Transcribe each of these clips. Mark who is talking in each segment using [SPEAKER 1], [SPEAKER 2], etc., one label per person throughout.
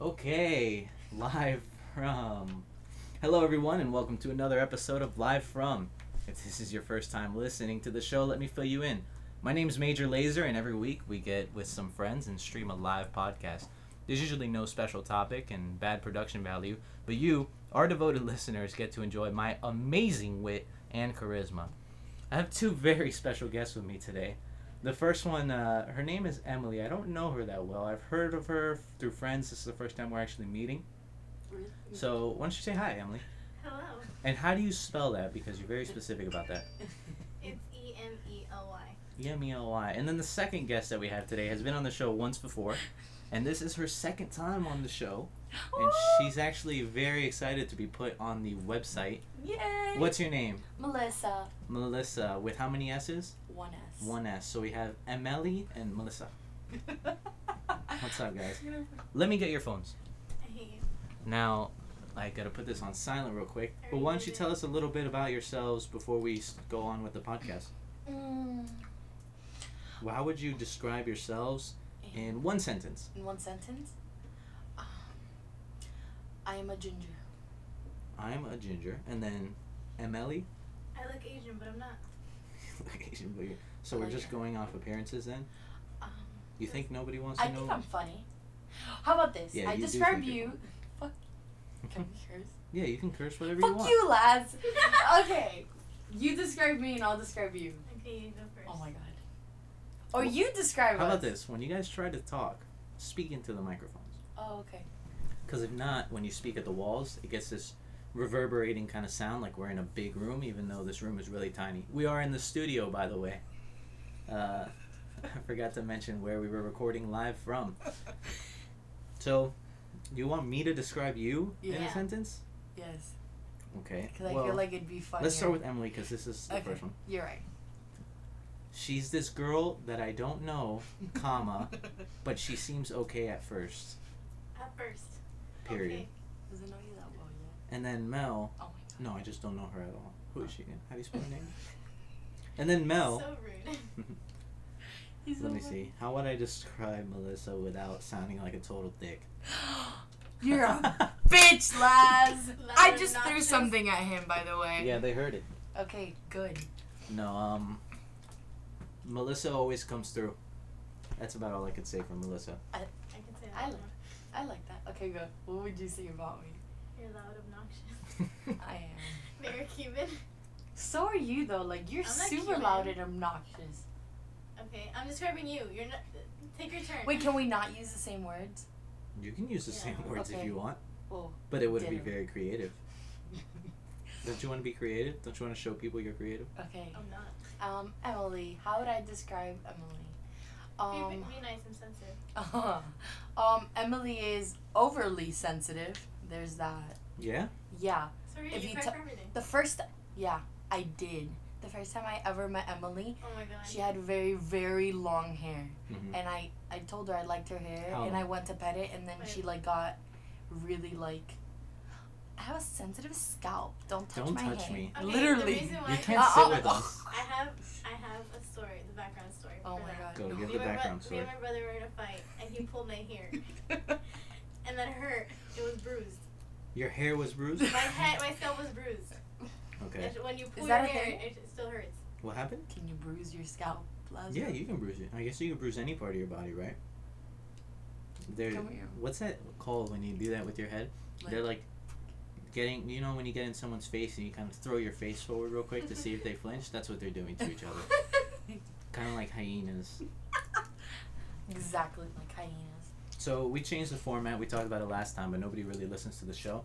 [SPEAKER 1] Okay, live from. Hello, everyone, and welcome to another episode of Live From. If this is your first time listening to the show, let me fill you in. My name's Major Laser, and every week we get with some friends and stream a live podcast. There's usually no special topic and bad production value, but you, our devoted listeners, get to enjoy my amazing wit and charisma. I have two very special guests with me today. The first one, uh, her name is Emily. I don't know her that well. I've heard of her through friends. This is the first time we're actually meeting. So why don't you say hi, Emily?
[SPEAKER 2] Hello.
[SPEAKER 1] And how do you spell that? Because you're very specific about that.
[SPEAKER 2] It's E M E L Y.
[SPEAKER 1] E M E L Y. And then the second guest that we have today has been on the show once before, and this is her second time on the show, and she's actually very excited to be put on the website.
[SPEAKER 3] Yay!
[SPEAKER 1] What's your name?
[SPEAKER 3] Melissa?
[SPEAKER 1] Melissa. With how many S's?
[SPEAKER 3] One S.
[SPEAKER 1] One S. So we have Emily and Melissa.
[SPEAKER 3] What's
[SPEAKER 1] up, guys? Let me get your phones.
[SPEAKER 2] I hate you.
[SPEAKER 1] Now, I gotta put this on silent real quick. But why don't you tell us a little bit about yourselves before we s- go on with the podcast?
[SPEAKER 3] Mm,
[SPEAKER 1] Well, How would you describe yourselves in one sentence?
[SPEAKER 3] in one sentence, um, I am a ginger.
[SPEAKER 1] I'm a ginger, and then Emily.
[SPEAKER 2] I look Asian, but I'm not.
[SPEAKER 1] Look Asian, but you're- so we're just going off appearances then.
[SPEAKER 3] Um,
[SPEAKER 1] You think nobody wants to
[SPEAKER 3] I
[SPEAKER 1] know?
[SPEAKER 3] think I'm funny. How about this?
[SPEAKER 1] Yeah,
[SPEAKER 3] I
[SPEAKER 1] you do
[SPEAKER 3] describe
[SPEAKER 1] think you're
[SPEAKER 3] you. Fuck. Can we curse?
[SPEAKER 1] yeah, you can curse whatever you
[SPEAKER 3] Fuck
[SPEAKER 1] want.
[SPEAKER 3] you, lads. okay, you describe me and I'll describe you.
[SPEAKER 2] Okay, you go first.
[SPEAKER 3] Oh my god. Or you describe
[SPEAKER 1] How
[SPEAKER 3] us.
[SPEAKER 1] about this? When you guys try to talk, speak into the microphones.
[SPEAKER 3] Oh, okay.
[SPEAKER 1] Because if not, when you speak at the walls, it gets this reverberating kind of sound like we're in a big room, even though this room is really tiny. We are in the studio, by the way. Uh, I forgot to mention where we were recording live from. So, you want me to describe you in a
[SPEAKER 3] Yeah.
[SPEAKER 1] sentence?
[SPEAKER 3] Yes,
[SPEAKER 1] Okay.
[SPEAKER 3] because
[SPEAKER 1] Well,
[SPEAKER 3] I feel like it'd be funny.
[SPEAKER 1] let's start with Emily because this is the
[SPEAKER 3] Okay,
[SPEAKER 1] first one.
[SPEAKER 3] you're right.
[SPEAKER 1] She's this girl that I don't know, Oh, comma, but she seems okay at first.
[SPEAKER 2] At first.
[SPEAKER 1] Period.
[SPEAKER 2] Okay.
[SPEAKER 3] Doesn't know you that well yet.
[SPEAKER 1] And then Mel.
[SPEAKER 3] Oh my god.
[SPEAKER 1] No, I just don't know her at all. Who is she again? How do you spell her name? And then Mel.
[SPEAKER 2] So rude.
[SPEAKER 3] Mm-hmm. He's
[SPEAKER 1] Let
[SPEAKER 3] so
[SPEAKER 1] me
[SPEAKER 3] funny.
[SPEAKER 1] see. How would I describe Melissa without sounding like a total dick?
[SPEAKER 3] You're a bitch, Laz. I
[SPEAKER 2] Laz,
[SPEAKER 3] just
[SPEAKER 2] not
[SPEAKER 3] threw
[SPEAKER 2] just-
[SPEAKER 3] something at him, by the way.
[SPEAKER 1] yeah, they heard it.
[SPEAKER 3] Okay, good.
[SPEAKER 1] No, um, Melissa always comes through. That's about all I could say for Melissa.
[SPEAKER 2] I can say
[SPEAKER 3] I
[SPEAKER 2] that.
[SPEAKER 3] like- I like that. Okay, good. What would you say about me?
[SPEAKER 2] You're loud, obnoxious.
[SPEAKER 3] I am.
[SPEAKER 2] Very Cuban.
[SPEAKER 3] So are you though? Like you're
[SPEAKER 2] I'm not
[SPEAKER 3] super
[SPEAKER 2] Cuban.
[SPEAKER 3] loud and obnoxious.
[SPEAKER 2] Okay, I'm describing you. You're not. Take your turn.
[SPEAKER 3] Wait, can we not use the same words?
[SPEAKER 1] you can use the same
[SPEAKER 2] Yeah.
[SPEAKER 1] words if
[SPEAKER 3] Okay.
[SPEAKER 1] you want,
[SPEAKER 2] Oh.
[SPEAKER 3] Well,
[SPEAKER 1] but it would be
[SPEAKER 3] Ditto.
[SPEAKER 1] very creative. Don't you want to be creative? Don't you want to show people you're creative?
[SPEAKER 3] okay.
[SPEAKER 2] I'm not.
[SPEAKER 3] Um, Emily, how would I describe Emily?
[SPEAKER 2] Be-
[SPEAKER 3] Um,
[SPEAKER 2] be, be nice and sensitive.
[SPEAKER 3] um, Emily is overly sensitive. There's that.
[SPEAKER 1] Yeah.
[SPEAKER 3] Yeah.
[SPEAKER 2] Sorry,
[SPEAKER 3] if
[SPEAKER 2] you
[SPEAKER 3] you
[SPEAKER 2] cry
[SPEAKER 3] ta-
[SPEAKER 2] for everything.
[SPEAKER 3] The first, yeah, I did. The first time I ever met Emily,
[SPEAKER 2] Oh my god.
[SPEAKER 3] she had very, very long hair,
[SPEAKER 1] Mhm.
[SPEAKER 3] and I, I told her I liked her hair,
[SPEAKER 1] How
[SPEAKER 3] and I
[SPEAKER 1] long?
[SPEAKER 3] went to pet it, and then she like got really like. I have a sensitive scalp. Don't touch
[SPEAKER 1] Don't
[SPEAKER 3] my
[SPEAKER 1] touch
[SPEAKER 3] hair.
[SPEAKER 1] me.
[SPEAKER 2] Okay,
[SPEAKER 3] Literally.
[SPEAKER 2] The reason why
[SPEAKER 1] You can't
[SPEAKER 3] Uh,
[SPEAKER 1] sit
[SPEAKER 3] oh,
[SPEAKER 1] with
[SPEAKER 3] oh.
[SPEAKER 1] us.
[SPEAKER 2] I have I have a story, the background story.
[SPEAKER 3] Oh
[SPEAKER 2] for
[SPEAKER 3] my god.
[SPEAKER 2] that.
[SPEAKER 1] Go
[SPEAKER 3] no.
[SPEAKER 1] give
[SPEAKER 2] Me
[SPEAKER 1] the
[SPEAKER 2] and my bro-
[SPEAKER 1] background
[SPEAKER 2] Me
[SPEAKER 1] story.
[SPEAKER 2] and my brother were in a fight, and he pulled my hair, and that hurt. It was bruised.
[SPEAKER 1] Your hair was bruised.
[SPEAKER 2] My head, my scalp was bruised.
[SPEAKER 1] Okay.
[SPEAKER 2] And when you pull
[SPEAKER 3] that
[SPEAKER 2] your
[SPEAKER 3] a
[SPEAKER 2] hair,
[SPEAKER 3] thing?
[SPEAKER 2] it still hurts.
[SPEAKER 1] What happened?
[SPEAKER 3] Can you bruise your scalp, Lazarus?
[SPEAKER 1] Yeah, you can bruise it. I guess you can bruise any part of your body, right? There.
[SPEAKER 3] Come here.
[SPEAKER 1] What's that called when you do that with your head? They're like getting, you know, when you get in someone's face and you kind of throw your face forward real quick to see if they flinch. That's what they're doing to each other. Kind of like hyenas.
[SPEAKER 3] exactly like hyenas.
[SPEAKER 1] So we changed the format. We talked about it last time, but nobody really listens to the show.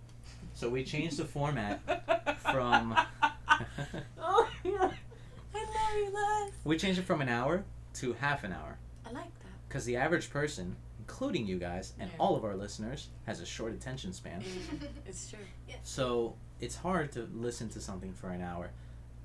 [SPEAKER 1] So we changed the format from.
[SPEAKER 3] oh, yeah. I love you, Laz.
[SPEAKER 1] we changed it from an hour to half an hour
[SPEAKER 3] I like that.
[SPEAKER 1] because the average person, including you guys and
[SPEAKER 3] Yeah.
[SPEAKER 1] all of our listeners, has a short attention span.
[SPEAKER 3] It's true.
[SPEAKER 1] So it's hard to listen to something for an hour.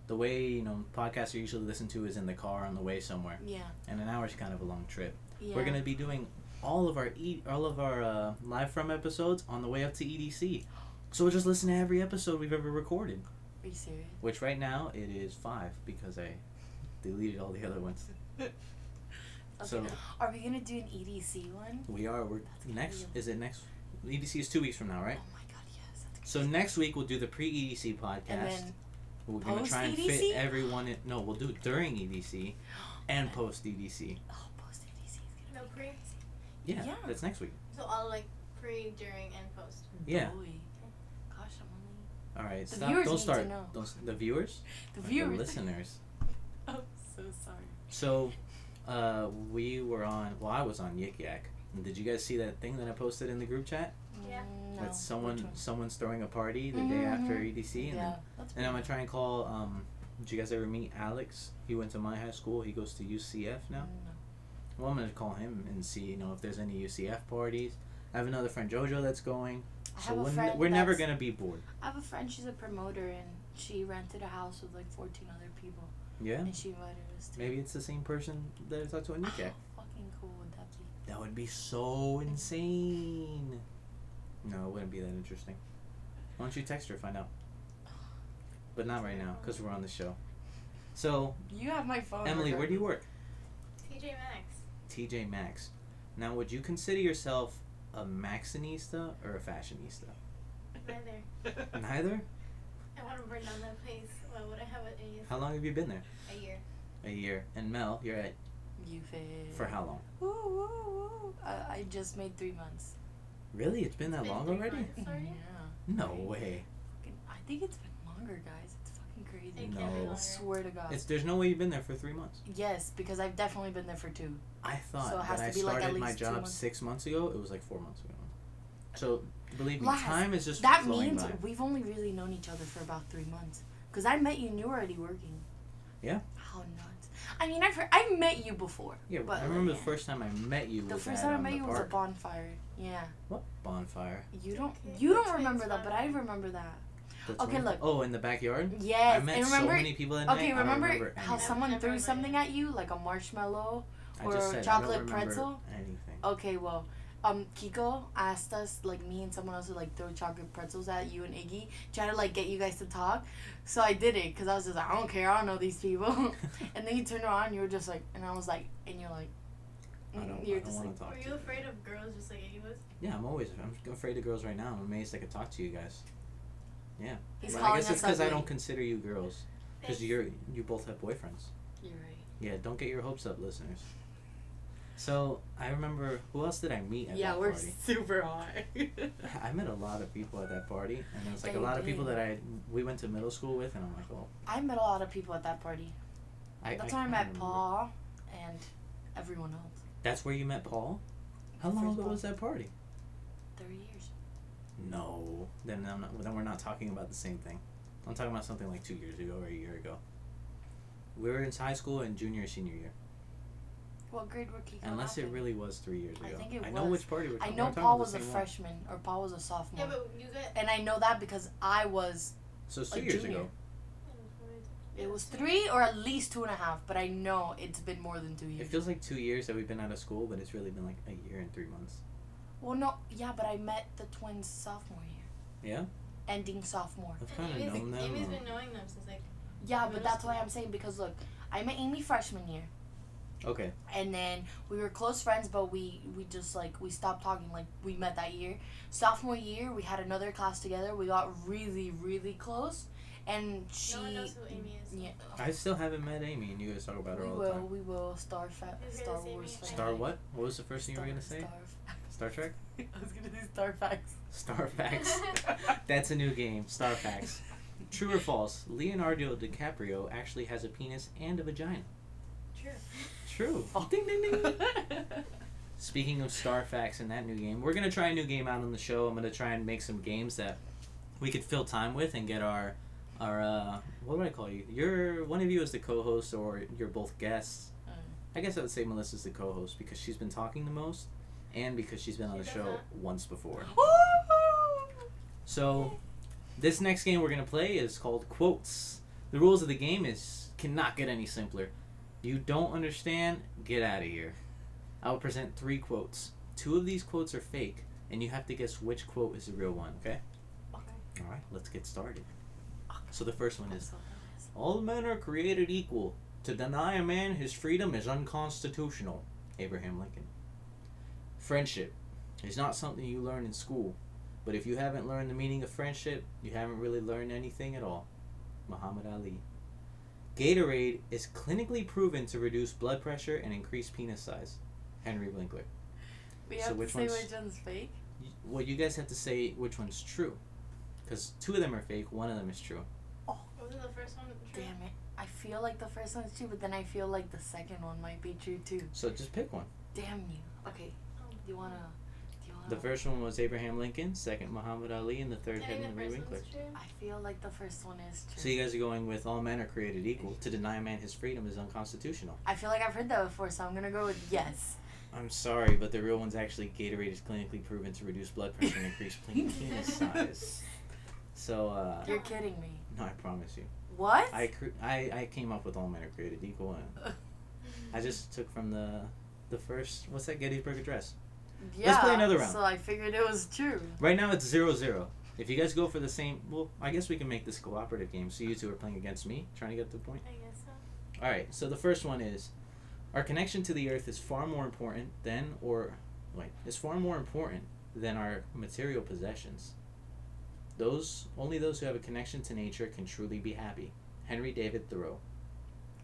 [SPEAKER 1] The way you know podcasts are usually listened to is in the car on the way somewhere,
[SPEAKER 3] Yeah.
[SPEAKER 1] and an hour is kind of a long trip.
[SPEAKER 3] yeah.
[SPEAKER 1] We're gonna be doing all of our e- all of our uh, live from episodes on the way up to EDC. So we'll just listen to every episode we've ever recorded,
[SPEAKER 3] Are you serious?
[SPEAKER 1] which right now it is five because I deleted all the other ones. So
[SPEAKER 3] Are we gonna do an EDC one?
[SPEAKER 1] we are. We're next. Is it next EDC is two weeks from now, right?
[SPEAKER 3] Oh my god, yes. that's
[SPEAKER 1] So
[SPEAKER 3] crazy.
[SPEAKER 1] next week we'll do the pre-EDC podcast.
[SPEAKER 3] and then
[SPEAKER 1] We're gonna try and
[SPEAKER 3] Post-EDC?
[SPEAKER 1] fit everyone in. No, we'll do it during EDC and post E EDC.
[SPEAKER 3] oh, post ADC is
[SPEAKER 2] No
[SPEAKER 3] gonna be
[SPEAKER 2] pre.
[SPEAKER 1] Yeah,
[SPEAKER 3] Yeah.
[SPEAKER 1] that's next week.
[SPEAKER 2] So all like pre, during, and post.
[SPEAKER 1] Yeah.
[SPEAKER 3] Boy. Gosh, I'm only
[SPEAKER 1] All right,
[SPEAKER 3] Mm-hmm. The
[SPEAKER 1] stop.
[SPEAKER 3] viewers
[SPEAKER 1] Don't
[SPEAKER 3] need to
[SPEAKER 1] start.
[SPEAKER 3] know.
[SPEAKER 1] Don't, s- the viewers,
[SPEAKER 3] the
[SPEAKER 1] Or
[SPEAKER 3] viewers.
[SPEAKER 1] the listeners.
[SPEAKER 3] I'm so sorry.
[SPEAKER 1] So, uh, we were on. Well, I was on Yik Yak. And Did you guys see that thing that I posted in the group chat?
[SPEAKER 2] Yeah.
[SPEAKER 3] Mm, No.
[SPEAKER 1] that
[SPEAKER 3] Which
[SPEAKER 1] someone
[SPEAKER 3] one?
[SPEAKER 1] someone's throwing a party the day
[SPEAKER 3] Mm-hmm.
[SPEAKER 1] after EDC, and
[SPEAKER 3] yeah.
[SPEAKER 1] then,
[SPEAKER 3] That's
[SPEAKER 1] and I'm
[SPEAKER 3] pretty-
[SPEAKER 1] gonna try and call. Um, did you guys ever meet Alex? He went to my high school. He goes to UCF now.
[SPEAKER 3] Mm-hmm. Mm,
[SPEAKER 1] Well, I'm gonna call him and see, you know, if there's any UCF parties. I have another friend Jojo that's going,
[SPEAKER 3] I
[SPEAKER 1] so
[SPEAKER 3] have a
[SPEAKER 1] we're, n-
[SPEAKER 3] friend
[SPEAKER 1] we're never
[SPEAKER 3] that's-
[SPEAKER 1] gonna be bored.
[SPEAKER 3] I have a friend. She's a promoter, and she rented a house with like 14 other people,
[SPEAKER 1] Yeah,
[SPEAKER 3] and she invited us to.
[SPEAKER 1] maybe it's the same person that I talked to on
[SPEAKER 3] How
[SPEAKER 1] UK.
[SPEAKER 3] fucking cool would that be?
[SPEAKER 1] That would be so insane. No, it wouldn't be that interesting. Why don't you text her find out? But not right now, cause we're on the show. So
[SPEAKER 3] You have my phone.
[SPEAKER 1] Emily, where do you work?
[SPEAKER 2] TJ Maxx.
[SPEAKER 1] TJ Maxx. Now, would you consider yourself a Maxinista or a fashionista?
[SPEAKER 2] Neither.
[SPEAKER 1] Neither.
[SPEAKER 2] I want to burn down that place. Why would I have it in
[SPEAKER 1] How long have you been there?
[SPEAKER 2] a year?
[SPEAKER 1] A year. And Mel, you're at
[SPEAKER 3] You fit.
[SPEAKER 1] for how long?
[SPEAKER 3] Woo woo woo! I, I just made three months.
[SPEAKER 1] Really? It's been that
[SPEAKER 2] It's been
[SPEAKER 1] long
[SPEAKER 2] three
[SPEAKER 1] already?
[SPEAKER 2] months. Sorry?
[SPEAKER 3] Yeah.
[SPEAKER 1] No way.
[SPEAKER 3] Fucking- I think it's been longer, guys. It's fucking crazy.
[SPEAKER 2] It can't be
[SPEAKER 1] No.
[SPEAKER 2] longer.
[SPEAKER 3] Swear to God.
[SPEAKER 1] It's there's no way you've been there for three months.
[SPEAKER 3] yes, because I've definitely been there for two.
[SPEAKER 1] I thought
[SPEAKER 3] So it has
[SPEAKER 1] when
[SPEAKER 3] to
[SPEAKER 1] I
[SPEAKER 3] be, like, at
[SPEAKER 1] started my
[SPEAKER 3] least two
[SPEAKER 1] job
[SPEAKER 3] months.
[SPEAKER 1] six months ago, it was like four months ago. So believe me,
[SPEAKER 3] Laz,
[SPEAKER 1] time is just
[SPEAKER 3] That
[SPEAKER 1] flowing
[SPEAKER 3] means
[SPEAKER 1] by.
[SPEAKER 3] we've only really known each other for about three months. Because I met you and you were already working.
[SPEAKER 1] Yeah.
[SPEAKER 3] How nuts. I mean, I've heard, I met you before.
[SPEAKER 1] Yeah,
[SPEAKER 3] but
[SPEAKER 1] I remember
[SPEAKER 3] like,
[SPEAKER 1] the first time I met you.
[SPEAKER 3] The
[SPEAKER 1] was
[SPEAKER 3] first
[SPEAKER 1] at,
[SPEAKER 3] time I
[SPEAKER 1] um,
[SPEAKER 3] met
[SPEAKER 1] the
[SPEAKER 3] you was a
[SPEAKER 1] park.
[SPEAKER 3] bonfire. Yeah.
[SPEAKER 1] What bonfire?
[SPEAKER 3] You don't
[SPEAKER 2] Okay,
[SPEAKER 3] you
[SPEAKER 2] that's
[SPEAKER 3] don't
[SPEAKER 2] why
[SPEAKER 3] remember
[SPEAKER 2] it's
[SPEAKER 3] that, but I
[SPEAKER 2] bonfire.
[SPEAKER 3] remember that.
[SPEAKER 1] The
[SPEAKER 3] Okay,
[SPEAKER 1] twin-
[SPEAKER 3] look.
[SPEAKER 1] Oh, in the backyard.
[SPEAKER 3] Yes.
[SPEAKER 1] I met
[SPEAKER 3] and remember
[SPEAKER 1] so many people that
[SPEAKER 3] Okay,
[SPEAKER 1] night. I don't
[SPEAKER 3] remember,
[SPEAKER 1] remember
[SPEAKER 3] how
[SPEAKER 1] anything.
[SPEAKER 3] someone
[SPEAKER 2] Never
[SPEAKER 3] threw
[SPEAKER 2] mind.
[SPEAKER 3] something at you, like a marshmallow?
[SPEAKER 1] I just
[SPEAKER 3] or
[SPEAKER 1] said, I
[SPEAKER 3] chocolate
[SPEAKER 1] don't remember
[SPEAKER 3] pretzel?
[SPEAKER 1] Anything.
[SPEAKER 3] Okay, well, um, Kiko asked us, like me and someone else, to like throw chocolate pretzels at you and Iggy, try to like get you guys to talk. So I did it because I was just like, I don't care, I don't know these people. and then you turned around, you were just like, and I was like, and you're like,
[SPEAKER 1] I don't,
[SPEAKER 3] you're
[SPEAKER 1] I don't
[SPEAKER 3] Mm, just
[SPEAKER 1] want
[SPEAKER 3] like,
[SPEAKER 1] to talk
[SPEAKER 2] Were
[SPEAKER 1] to
[SPEAKER 2] you afraid of girls just like Iggy was?
[SPEAKER 1] Yeah, I'm always I'm afraid of girls right now. I'm amazed I could talk to you guys.
[SPEAKER 3] he's
[SPEAKER 1] But
[SPEAKER 3] calling
[SPEAKER 1] I guess
[SPEAKER 3] us
[SPEAKER 1] it's because I
[SPEAKER 3] ugly.
[SPEAKER 1] don't consider you girls. Because
[SPEAKER 2] Thanks.
[SPEAKER 1] you're you both have boyfriends.
[SPEAKER 3] You're right.
[SPEAKER 1] Yeah, don't get your hopes up, listeners. So I remember who else did I meet at
[SPEAKER 3] yeah,
[SPEAKER 1] that
[SPEAKER 3] we're
[SPEAKER 1] party?
[SPEAKER 3] super hot.
[SPEAKER 1] I met a lot of people at that party, and there's like
[SPEAKER 3] They
[SPEAKER 1] a lot of people
[SPEAKER 3] did.
[SPEAKER 1] that I we went to middle school with, and I'm like, oh,
[SPEAKER 3] I met a lot of people at that party.
[SPEAKER 1] I,
[SPEAKER 3] That's
[SPEAKER 1] I
[SPEAKER 3] where I
[SPEAKER 1] can't
[SPEAKER 3] met
[SPEAKER 1] remember.
[SPEAKER 3] Paul and everyone else.
[SPEAKER 1] That's where you met Paul. How long
[SPEAKER 3] First
[SPEAKER 1] ago
[SPEAKER 3] Paul.
[SPEAKER 1] was that party?
[SPEAKER 3] Three years.
[SPEAKER 1] No, then I'm not, then we're not talking about the same thing. I'm talking about something like two years ago or a year ago. We were in high school and junior senior year.
[SPEAKER 3] What grade were Kiko?
[SPEAKER 1] Unless
[SPEAKER 3] and
[SPEAKER 1] it
[SPEAKER 3] I in?
[SPEAKER 1] really was three years ago.
[SPEAKER 3] I think it
[SPEAKER 1] know
[SPEAKER 3] was.
[SPEAKER 1] which party we're
[SPEAKER 3] I
[SPEAKER 1] talking
[SPEAKER 3] know
[SPEAKER 1] we're talking
[SPEAKER 3] Paul
[SPEAKER 1] about
[SPEAKER 3] was
[SPEAKER 1] the
[SPEAKER 3] a
[SPEAKER 1] same one.
[SPEAKER 3] freshman or Paul was a sophomore.
[SPEAKER 2] Yeah, but you got.
[SPEAKER 3] And I know that because I was
[SPEAKER 1] So it's
[SPEAKER 3] a
[SPEAKER 1] two years
[SPEAKER 3] junior.
[SPEAKER 1] ago.
[SPEAKER 3] it was three or at least two and a half, but I know it's been more than two
[SPEAKER 1] It
[SPEAKER 3] years.
[SPEAKER 1] feels like two years that we've been out of school, but it's really been like a year and three months.
[SPEAKER 3] Well no yeah, but I met the twins sophomore year.
[SPEAKER 1] Yeah?
[SPEAKER 3] Ending sophomore.
[SPEAKER 1] I've
[SPEAKER 2] And
[SPEAKER 1] kind of
[SPEAKER 2] Amy's-
[SPEAKER 1] known them.
[SPEAKER 2] Amy's
[SPEAKER 1] um,
[SPEAKER 2] been knowing them since like.
[SPEAKER 3] Yeah, but
[SPEAKER 2] Middle
[SPEAKER 3] that's why
[SPEAKER 2] school.
[SPEAKER 3] I'm saying because look, I met Amy freshman year
[SPEAKER 1] Okay.
[SPEAKER 3] and then we were close friends but we, we just like we stopped talking, like we met that year. Sophomore year we had another class together, we got really, really close and she
[SPEAKER 2] no one knows who Amy is.
[SPEAKER 3] yeah,
[SPEAKER 1] I still haven't met Amy, and you guys talk about her
[SPEAKER 3] we
[SPEAKER 1] all
[SPEAKER 3] will,
[SPEAKER 1] the time.
[SPEAKER 3] we will. Star, fa-
[SPEAKER 2] You're gonna
[SPEAKER 3] Star
[SPEAKER 2] say
[SPEAKER 3] Wars.
[SPEAKER 2] me?
[SPEAKER 3] fan.
[SPEAKER 1] Star what? What was the first thing you were
[SPEAKER 3] Star-
[SPEAKER 1] gonna say?
[SPEAKER 3] Star f-
[SPEAKER 1] Star Trek?
[SPEAKER 3] I was gonna say Star Facts.
[SPEAKER 1] Star Facts. That's a new game. Star Facts. True or false? Leonardo DiCaprio actually has a penis and a vagina.
[SPEAKER 2] True.
[SPEAKER 1] True. Ding ding ding. ding. Speaking of Star Facts and that new game, we're gonna try a new game out on the show. I'm gonna try and make some games that we could fill time with and get our our uh, what would I call you? You're one of you is the co-host or you're both guests.
[SPEAKER 2] Mm.
[SPEAKER 3] Uh.
[SPEAKER 1] I guess I would say Melissa's the co-host because she's been talking the most and because she's been on
[SPEAKER 2] She
[SPEAKER 1] the
[SPEAKER 2] does
[SPEAKER 1] show
[SPEAKER 2] that.
[SPEAKER 1] once before.
[SPEAKER 3] Woo!
[SPEAKER 1] So, this next game we're gonna play is called Quotes. The rules of the game is cannot get any simpler. You don't understand, get out of here. I will present three quotes. Two of these quotes are fake, and you have to guess which quote is the real one. Okay.
[SPEAKER 2] Okay.
[SPEAKER 1] All right. Let's get started. So the first one
[SPEAKER 3] I'm
[SPEAKER 1] is:
[SPEAKER 3] so nervous.
[SPEAKER 1] All men are created equal. To deny a man his freedom is unconstitutional. Abraham Lincoln. Friendship. It's not something you learn in school, but if you haven't learned the meaning of friendship, you haven't really learned anything at all. Muhammad Ali. Gatorade is clinically proven to reduce blood pressure and increase penis size. Henry Winkler.
[SPEAKER 3] We
[SPEAKER 1] So
[SPEAKER 3] have
[SPEAKER 1] which
[SPEAKER 3] to say
[SPEAKER 1] one's-
[SPEAKER 3] which one's fake.
[SPEAKER 1] Y- Well, you guys have to say which one's true. Because two of them are fake, one of them is true.
[SPEAKER 3] Oh.
[SPEAKER 2] Wasn't the first one true?
[SPEAKER 3] Damn it. I feel like the first one's true, but then I feel like the second one might be true too.
[SPEAKER 1] So just pick one.
[SPEAKER 3] Damn you. Okay.
[SPEAKER 2] Oh.
[SPEAKER 3] Do you wanna? Do you wanna?
[SPEAKER 1] The first one was Abraham Lincoln, second Muhammad Ali, and the
[SPEAKER 2] I
[SPEAKER 1] third
[SPEAKER 2] think the
[SPEAKER 1] Henry
[SPEAKER 2] first
[SPEAKER 1] Winkler.
[SPEAKER 2] one's true.
[SPEAKER 3] I feel like the first one is true.
[SPEAKER 1] So you guys are going with all men are created equal. To deny a man his freedom is unconstitutional.
[SPEAKER 3] I feel like I've heard that before, so I'm gonna go with yes.
[SPEAKER 1] I'm sorry, but the real one's actually Gatorade is clinically proven to reduce blood pressure and increase pen- penis size. So, uh,
[SPEAKER 3] You're kidding me.
[SPEAKER 1] no, I promise you.
[SPEAKER 3] What?
[SPEAKER 1] I, cre- I, I came up with all men are created equal, and I just took from the the first, what's that, Gettysburg Address?
[SPEAKER 3] yeah,
[SPEAKER 1] let's play another round.
[SPEAKER 3] So I figured it was true.
[SPEAKER 1] Right now it's zero zero. If you guys go for the same, well, I guess we can make this cooperative game. So you two are playing against me, trying to get the point.
[SPEAKER 2] I guess so.
[SPEAKER 1] All right. So the first one is, our connection to the earth is far more important than, or wait, is far more important than our material possessions. Those only those who have a connection to nature can truly be happy. Henry David Thoreau.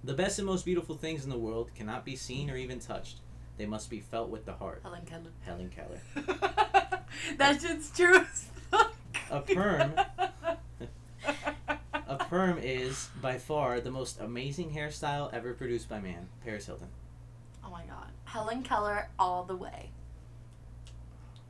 [SPEAKER 1] The best and most beautiful things in the world cannot be seen or even touched. They must be felt with the heart.
[SPEAKER 3] Helen Keller.
[SPEAKER 1] Helen Keller.
[SPEAKER 3] that shit's true as fuck.
[SPEAKER 1] A perm- A perm is by far the most amazing hairstyle ever produced by man. Paris Hilton.
[SPEAKER 3] Oh my god. Helen Keller all the way.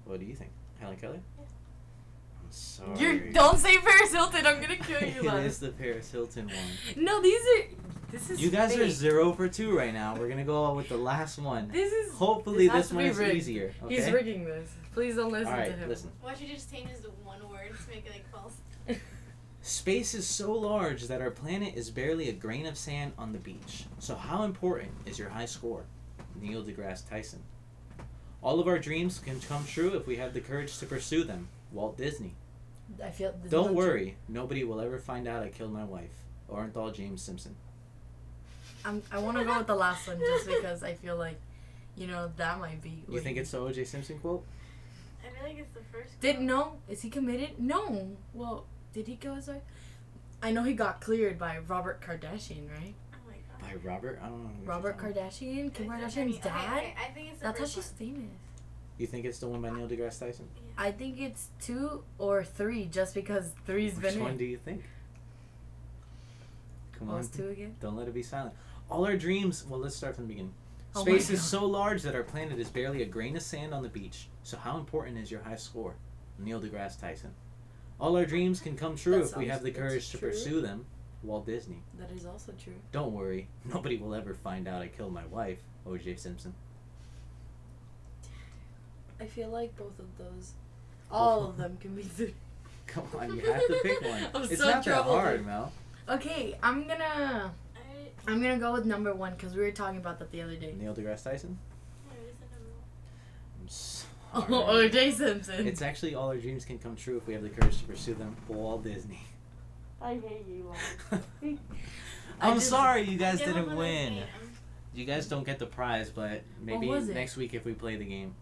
[SPEAKER 1] What do you think, Helen Keller?
[SPEAKER 2] Yeah.
[SPEAKER 1] I'm sorry.
[SPEAKER 3] You don't say Paris Hilton. I'm gonna kill you.
[SPEAKER 1] it
[SPEAKER 3] love.
[SPEAKER 1] is the Paris Hilton one.
[SPEAKER 3] No, these are. This is.
[SPEAKER 1] You guys are
[SPEAKER 3] fake.
[SPEAKER 1] zero for two right now. We're gonna go with the last one.
[SPEAKER 3] This is.
[SPEAKER 1] Hopefully
[SPEAKER 3] this has
[SPEAKER 1] this,
[SPEAKER 3] to
[SPEAKER 1] one
[SPEAKER 3] be
[SPEAKER 1] is
[SPEAKER 3] rigged.
[SPEAKER 1] easier. Okay.
[SPEAKER 3] He's rigging this. Please don't listen
[SPEAKER 1] All
[SPEAKER 3] to
[SPEAKER 1] right,
[SPEAKER 3] him.
[SPEAKER 1] listen.
[SPEAKER 2] Why don't you just change this to one word to make it like false?
[SPEAKER 1] Space is so large that our planet is barely a grain of sand on the beach. So, how important is your high score? Neil deGrasse Tyson. All of our dreams can come true if we have the courage to pursue them. Walt Disney.
[SPEAKER 3] I feel. this is
[SPEAKER 1] Don't
[SPEAKER 3] untrue.
[SPEAKER 1] worry, nobody will ever find out I killed my wife. Orenthal James Simpson.
[SPEAKER 3] I'm, I want to go with the last one just because I feel like, you know, that might be.
[SPEAKER 1] You think it's the O.J. Simpson quote?
[SPEAKER 2] I feel like it's the first.
[SPEAKER 3] Did
[SPEAKER 2] one.
[SPEAKER 3] no? Is he committed? No. Well, did he go his way? I know he got cleared by Robert Kardashian, right?
[SPEAKER 2] Oh my god.
[SPEAKER 1] By Robert? I don't know. who
[SPEAKER 3] Robert
[SPEAKER 1] you're talking about.
[SPEAKER 3] Kardashian, Kim
[SPEAKER 2] I- I
[SPEAKER 3] Kardashian's
[SPEAKER 2] mean, okay,
[SPEAKER 3] dad.
[SPEAKER 2] okay, I think it's the
[SPEAKER 3] That's how
[SPEAKER 2] first
[SPEAKER 3] she's famous.
[SPEAKER 1] You think it's the one by Neil deGrasse Tyson?
[SPEAKER 2] one. Yeah.
[SPEAKER 3] I think it's two or three, just because three's
[SPEAKER 1] Which
[SPEAKER 3] been
[SPEAKER 1] one
[SPEAKER 3] it.
[SPEAKER 1] do you think? Come
[SPEAKER 3] What
[SPEAKER 1] on.
[SPEAKER 3] was two again?
[SPEAKER 1] Don't let it be silent. All our dreams. Well, let's start from the beginning.
[SPEAKER 3] Oh my
[SPEAKER 1] Space is
[SPEAKER 3] God.
[SPEAKER 1] so large that our planet is barely a grain of sand on the beach. So, how important is your high score? Neil deGrasse Tyson. All our dreams can come true
[SPEAKER 3] That
[SPEAKER 1] if we
[SPEAKER 3] sounds-
[SPEAKER 1] have the
[SPEAKER 3] that's
[SPEAKER 1] courage to
[SPEAKER 3] true.
[SPEAKER 1] pursue them. Walt Disney.
[SPEAKER 3] That is also true.
[SPEAKER 1] Don't worry, nobody will ever find out I killed my wife, O.J. Simpson.
[SPEAKER 3] I feel like both of those, all of them can be three.
[SPEAKER 1] Come on, you have to pick one.
[SPEAKER 3] I'm
[SPEAKER 1] it's
[SPEAKER 3] so
[SPEAKER 1] not that
[SPEAKER 3] troubled.
[SPEAKER 1] hard, Mel.
[SPEAKER 3] Okay, I'm gonna,
[SPEAKER 2] I,
[SPEAKER 3] I'm gonna go with number one because we were talking about that the other day.
[SPEAKER 1] Neil deGrasse Tyson?
[SPEAKER 2] no, it isn't number one.
[SPEAKER 1] I'm sorry.
[SPEAKER 3] Oh, OJ Simpson.
[SPEAKER 1] It's actually all our dreams can come true if we have the courage to pursue them. Walt Disney.
[SPEAKER 3] I hate you.
[SPEAKER 1] I'm
[SPEAKER 3] I just-
[SPEAKER 1] sorry you guys
[SPEAKER 2] Give up
[SPEAKER 1] didn't
[SPEAKER 2] on
[SPEAKER 1] win.
[SPEAKER 2] this
[SPEAKER 1] You guys don't get the prize, but maybe
[SPEAKER 3] was it?
[SPEAKER 1] next week if we play the game.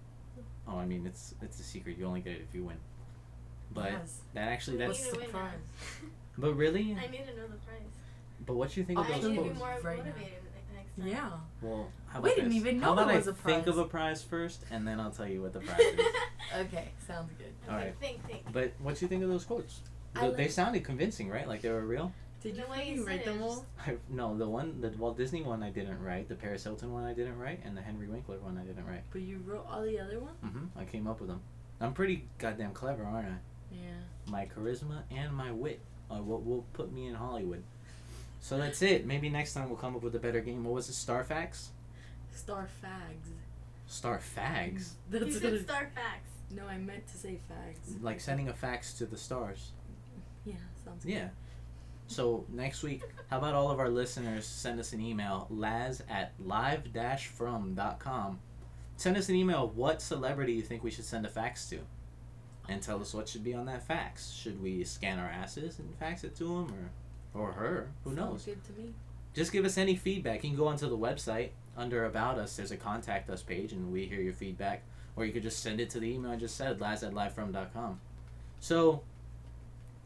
[SPEAKER 1] Oh, I mean it's it's a secret. You only get it if you win. But
[SPEAKER 3] Yes.
[SPEAKER 1] that actually
[SPEAKER 2] We
[SPEAKER 1] that's
[SPEAKER 2] need to win now.
[SPEAKER 3] surprise.
[SPEAKER 1] but really
[SPEAKER 2] I need to know the price.
[SPEAKER 1] but what you think
[SPEAKER 3] Oh,
[SPEAKER 1] of
[SPEAKER 2] I
[SPEAKER 1] those
[SPEAKER 2] need to be
[SPEAKER 1] quotes?
[SPEAKER 2] more
[SPEAKER 3] Right now.
[SPEAKER 2] motivated like, next
[SPEAKER 3] Yeah.
[SPEAKER 2] time.
[SPEAKER 1] Well, how about
[SPEAKER 3] We didn't
[SPEAKER 1] this?
[SPEAKER 3] even
[SPEAKER 1] How
[SPEAKER 3] know
[SPEAKER 1] about
[SPEAKER 3] there was
[SPEAKER 1] I
[SPEAKER 3] a
[SPEAKER 1] think of
[SPEAKER 3] prize.
[SPEAKER 1] a prize first, and then I'll tell you what the prize is.
[SPEAKER 2] okay,
[SPEAKER 3] Okay, sounds good.
[SPEAKER 1] Alright.
[SPEAKER 2] think, think.
[SPEAKER 1] But what you think of those quotes?
[SPEAKER 3] I
[SPEAKER 1] Th- they
[SPEAKER 3] like-
[SPEAKER 1] sounded convincing, right? Like they were real.
[SPEAKER 3] Did you
[SPEAKER 2] The way
[SPEAKER 3] fucking
[SPEAKER 2] you said
[SPEAKER 3] rate
[SPEAKER 2] it,
[SPEAKER 3] them
[SPEAKER 2] it's
[SPEAKER 3] all?
[SPEAKER 1] I, no, the one, the Walt Disney one, I didn't write. The Paris Hilton one, I didn't write, and the Henry Winkler one, I didn't write.
[SPEAKER 3] But you wrote all the other ones.
[SPEAKER 1] hmm I came up with them. I'm pretty goddamn clever, aren't I?
[SPEAKER 3] Yeah.
[SPEAKER 1] My charisma and my wit are what will put me in Hollywood. So that's it. Maybe next time we'll come up with a better game. What was it? Starfax?
[SPEAKER 3] Star fags.
[SPEAKER 1] Star fags?
[SPEAKER 3] That's
[SPEAKER 2] you
[SPEAKER 3] what
[SPEAKER 2] said
[SPEAKER 3] it-
[SPEAKER 2] star facts.
[SPEAKER 3] No, I meant to say fags.
[SPEAKER 1] Like sending a fax to the stars.
[SPEAKER 3] Yeah, sounds good.
[SPEAKER 1] Yeah. So next week, how about all of our listeners send us an email, laz at live-from.com. Send us an email of what celebrity you think we should send a fax to. And tell us what should be on that fax. Should we scan our asses and fax it to him or, or her? Who
[SPEAKER 3] Sounds
[SPEAKER 1] knows?
[SPEAKER 3] good to me.
[SPEAKER 1] Just give us any feedback. You can go onto the website. Under About Us, there's a Contact Us page, and we hear your feedback. or you could just send it to the email I just said, laz at livefrom.com. So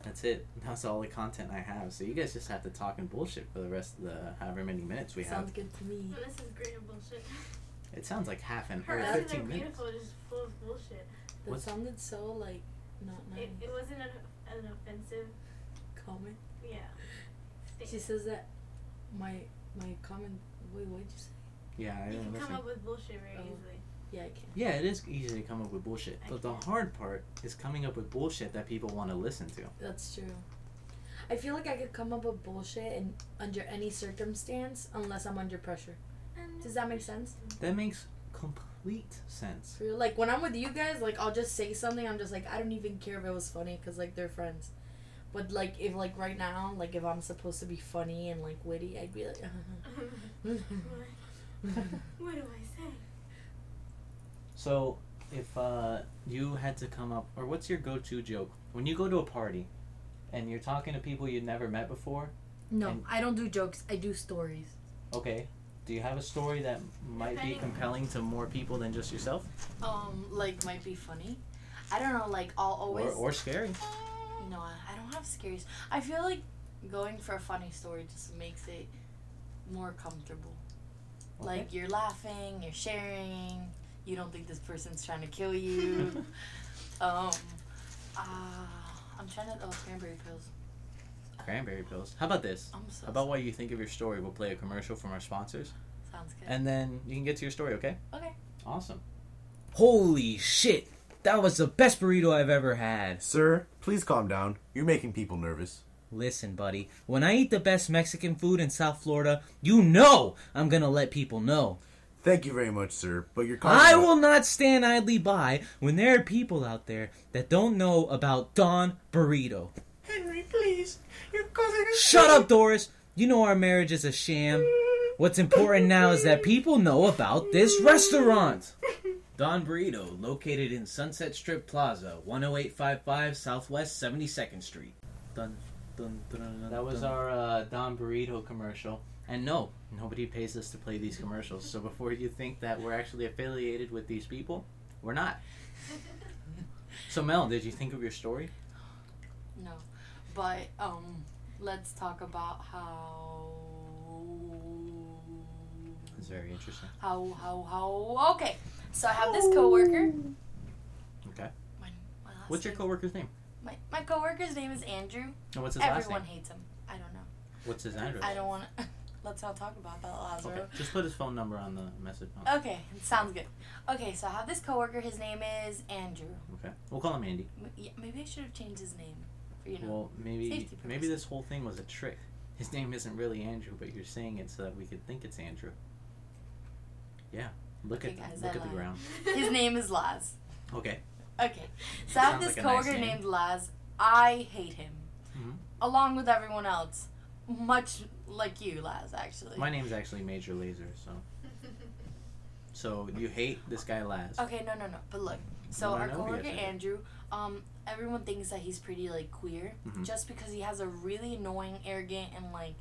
[SPEAKER 1] that's it. That's all the content I have. So you guys just have to talk and bullshit for the rest of the however many minutes we have.
[SPEAKER 4] Sounds good to me.
[SPEAKER 2] This is great and bullshit.
[SPEAKER 1] It sounds like half an
[SPEAKER 2] Her
[SPEAKER 1] hour,
[SPEAKER 4] That's-
[SPEAKER 2] eyes are
[SPEAKER 1] fifteen minutes.
[SPEAKER 2] beautiful, just full of bullshit.
[SPEAKER 4] That
[SPEAKER 1] What?
[SPEAKER 4] sounded so like not nice.
[SPEAKER 2] It, it wasn't an, an offensive,
[SPEAKER 4] comment.
[SPEAKER 2] yeah. statement.
[SPEAKER 4] She says that my my comment. Wait, what did you say?
[SPEAKER 1] Yeah, I
[SPEAKER 2] you
[SPEAKER 1] didn't
[SPEAKER 2] can come
[SPEAKER 1] listen.
[SPEAKER 2] up with bullshit very
[SPEAKER 4] Oh.
[SPEAKER 2] easily.
[SPEAKER 4] Yeah, I can.
[SPEAKER 1] Yeah, it is easy to come up with bullshit,
[SPEAKER 2] I
[SPEAKER 1] but the
[SPEAKER 2] can't.
[SPEAKER 1] hard part is coming up with bullshit that people want to listen to.
[SPEAKER 4] That's true. I feel like I could come up with bullshit in under any circumstance unless I'm under pressure. Does that make sense?
[SPEAKER 1] That makes complete sense.
[SPEAKER 4] For real, like when I'm with you guys, like I'll just say something. I'm just like I don't even care if it was funny because like they're friends. But like if like right now, like if I'm supposed to be funny and like witty, I'd be like. "Uh-huh."
[SPEAKER 2] what do I say?
[SPEAKER 1] So, if uh, you had to come up, or what's your go-to joke when you go to a party, and you're talking to people you'd never met before?
[SPEAKER 4] no,
[SPEAKER 1] And-
[SPEAKER 4] I don't do jokes. I do stories.
[SPEAKER 1] Okay, do you have a story that might be
[SPEAKER 2] Depending-
[SPEAKER 1] compelling to more people than just yourself,
[SPEAKER 3] Um, like might be funny. I don't know. Like I'll always.
[SPEAKER 1] or or scary?
[SPEAKER 3] No, I I don't have scaries. I feel like going for a funny story just makes it more comfortable.
[SPEAKER 1] Okay.
[SPEAKER 3] Like you're laughing, you're sharing. You don't think this person's trying to kill you. um, uh, I'm trying to. Oh, cranberry pills.
[SPEAKER 1] Cranberry pills. How about this?
[SPEAKER 3] I'm so.
[SPEAKER 1] How about what you think of your story? We'll play a commercial from our sponsors,
[SPEAKER 3] Sounds good.
[SPEAKER 1] and then you can get to your story. Okay.
[SPEAKER 3] Okay.
[SPEAKER 1] Awesome. Holy shit! That was the best burrito I've ever had.
[SPEAKER 5] Sir, please calm down. You're making people nervous.
[SPEAKER 1] Listen, buddy, when I eat the best Mexican food in South Florida, you know I'm gonna let people know.
[SPEAKER 5] Thank you very much, sir, but your car.
[SPEAKER 1] I will not stand idly by when there are people out there that don't know about Don Burrito.
[SPEAKER 5] Henry, please. Your cousin is.
[SPEAKER 1] Shut up, Doris! You know our marriage is a sham. What's important now is that people know about this restaurant. Don Burrito, located in Sunset Strip Plaza, 10855 Southwest 72nd Street. Dun, dun, dun, dun, dun, that was our uh, Don Burrito commercial. And no, nobody pays us to play these commercials. So before you think that we're actually affiliated with these people, we're not. So, Mel, did you think of your story?
[SPEAKER 3] No, but um, let's talk about how.
[SPEAKER 1] It's very interesting.
[SPEAKER 3] How how how? Okay, so I have this coworker.
[SPEAKER 1] Okay.
[SPEAKER 3] My, my last
[SPEAKER 1] What's your
[SPEAKER 3] name-
[SPEAKER 1] coworker's name?
[SPEAKER 3] My, my coworker's name is Andrew.
[SPEAKER 1] And what's his last name?
[SPEAKER 3] Everyone hates him. I don't know.
[SPEAKER 1] What's his address?
[SPEAKER 3] I don't want to. Let's not talk about that,
[SPEAKER 1] Okay.
[SPEAKER 3] Lazaro.
[SPEAKER 1] Just put his phone number on the message. Oh,
[SPEAKER 3] Okay. sounds good. Okay, so I have this coworker. His name is Andrew.
[SPEAKER 1] okay. We'll call him Andy.
[SPEAKER 3] M- yeah, Maybe I should have changed his name. For, you know.
[SPEAKER 1] Well, maybe
[SPEAKER 3] safety
[SPEAKER 1] maybe
[SPEAKER 3] purposes.
[SPEAKER 1] this whole thing was a trick. His name isn't really Andrew, but you're saying it so that we could think it's Andrew. Yeah. Look
[SPEAKER 3] Okay,
[SPEAKER 1] at
[SPEAKER 3] guys,
[SPEAKER 1] the, look
[SPEAKER 3] I
[SPEAKER 1] at the
[SPEAKER 3] lied.
[SPEAKER 1] ground.
[SPEAKER 3] His name is Laz.
[SPEAKER 1] Okay.
[SPEAKER 3] Okay, so I have
[SPEAKER 1] Sounds
[SPEAKER 3] this
[SPEAKER 1] like a nice
[SPEAKER 3] coworker
[SPEAKER 1] name.
[SPEAKER 3] named Laz. I hate him,
[SPEAKER 1] Mhm.
[SPEAKER 3] along with everyone else, much like you, Laz. Actually.
[SPEAKER 1] My name's actually Major Laser, so so you hate this guy last.
[SPEAKER 3] okay, no, no, no. But look, so
[SPEAKER 1] No, no,
[SPEAKER 3] our
[SPEAKER 1] no,
[SPEAKER 3] coworker
[SPEAKER 1] yes, I do.
[SPEAKER 3] Andrew, um, everyone thinks that he's pretty like queer,
[SPEAKER 1] Mhm.
[SPEAKER 3] just because he has a really annoying, arrogant, and like,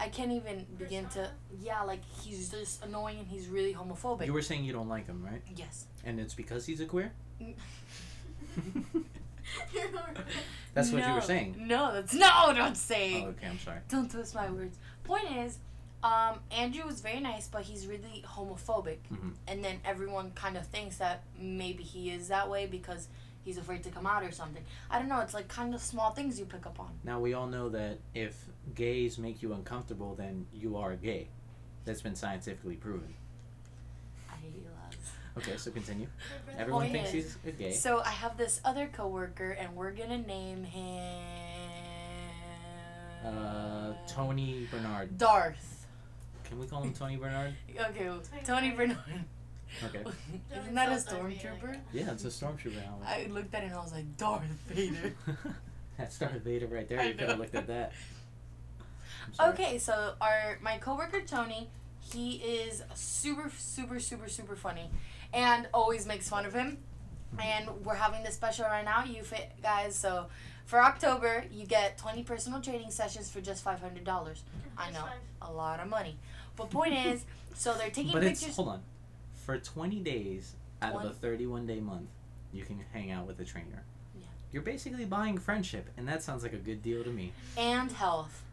[SPEAKER 3] I can't even begin to.
[SPEAKER 2] Persona?
[SPEAKER 3] Yeah, like he's just annoying and he's really homophobic.
[SPEAKER 1] You were saying you don't like him, right?
[SPEAKER 3] yes.
[SPEAKER 1] And it's because he's a queer? That's what you
[SPEAKER 3] No.
[SPEAKER 1] were saying.
[SPEAKER 3] No, that's not what I'm saying.
[SPEAKER 1] Oh, okay, I'm sorry.
[SPEAKER 3] Don't twist my words. Point is, um, Andrew was very nice, but he's really homophobic.
[SPEAKER 1] Mhm.
[SPEAKER 3] And then everyone kind of thinks that maybe he is that way because he's afraid to come out or something. I don't know. It's like kind of small things you pick up on.
[SPEAKER 1] Now we all know that if gays make you uncomfortable, then you are gay. That's been scientifically proven.
[SPEAKER 3] I hate you, Laz.
[SPEAKER 1] Okay, so continue.
[SPEAKER 3] Everyone
[SPEAKER 1] Everyone
[SPEAKER 3] Point
[SPEAKER 1] thinks
[SPEAKER 3] thinks
[SPEAKER 1] he's
[SPEAKER 3] is-
[SPEAKER 1] a gay.
[SPEAKER 3] So I have this other coworker, and we're gonna name him
[SPEAKER 1] Uh, Tony Bernard.
[SPEAKER 3] Darth.
[SPEAKER 1] Can we call him Tony Bernard?
[SPEAKER 3] Okay, well, Tony Bernard.
[SPEAKER 1] Okay.
[SPEAKER 3] Isn't that a stormtrooper?
[SPEAKER 1] Yeah, it's a stormtrooper. Alan.
[SPEAKER 3] I looked at it and I was like, Darth Vader.
[SPEAKER 1] That's Darth Vader right there.
[SPEAKER 3] I
[SPEAKER 1] You could have
[SPEAKER 3] know.
[SPEAKER 1] looked at that. I'm sorry.
[SPEAKER 3] Okay, so our my coworker Tony, he is super super super super funny, and always makes fun of him. And we're having this special right now, you fit guys. So for October, you get twenty personal training sessions for just five hundred dollars. I know a lot of money, but point is, so they're taking
[SPEAKER 1] But it's
[SPEAKER 3] pictures.
[SPEAKER 1] hold on. For 20 days, out of a
[SPEAKER 3] One-
[SPEAKER 1] 31 day month, you can hang out with a trainer.
[SPEAKER 3] Yeah.
[SPEAKER 1] You're basically buying friendship, and that sounds like a good deal to me.
[SPEAKER 3] and health.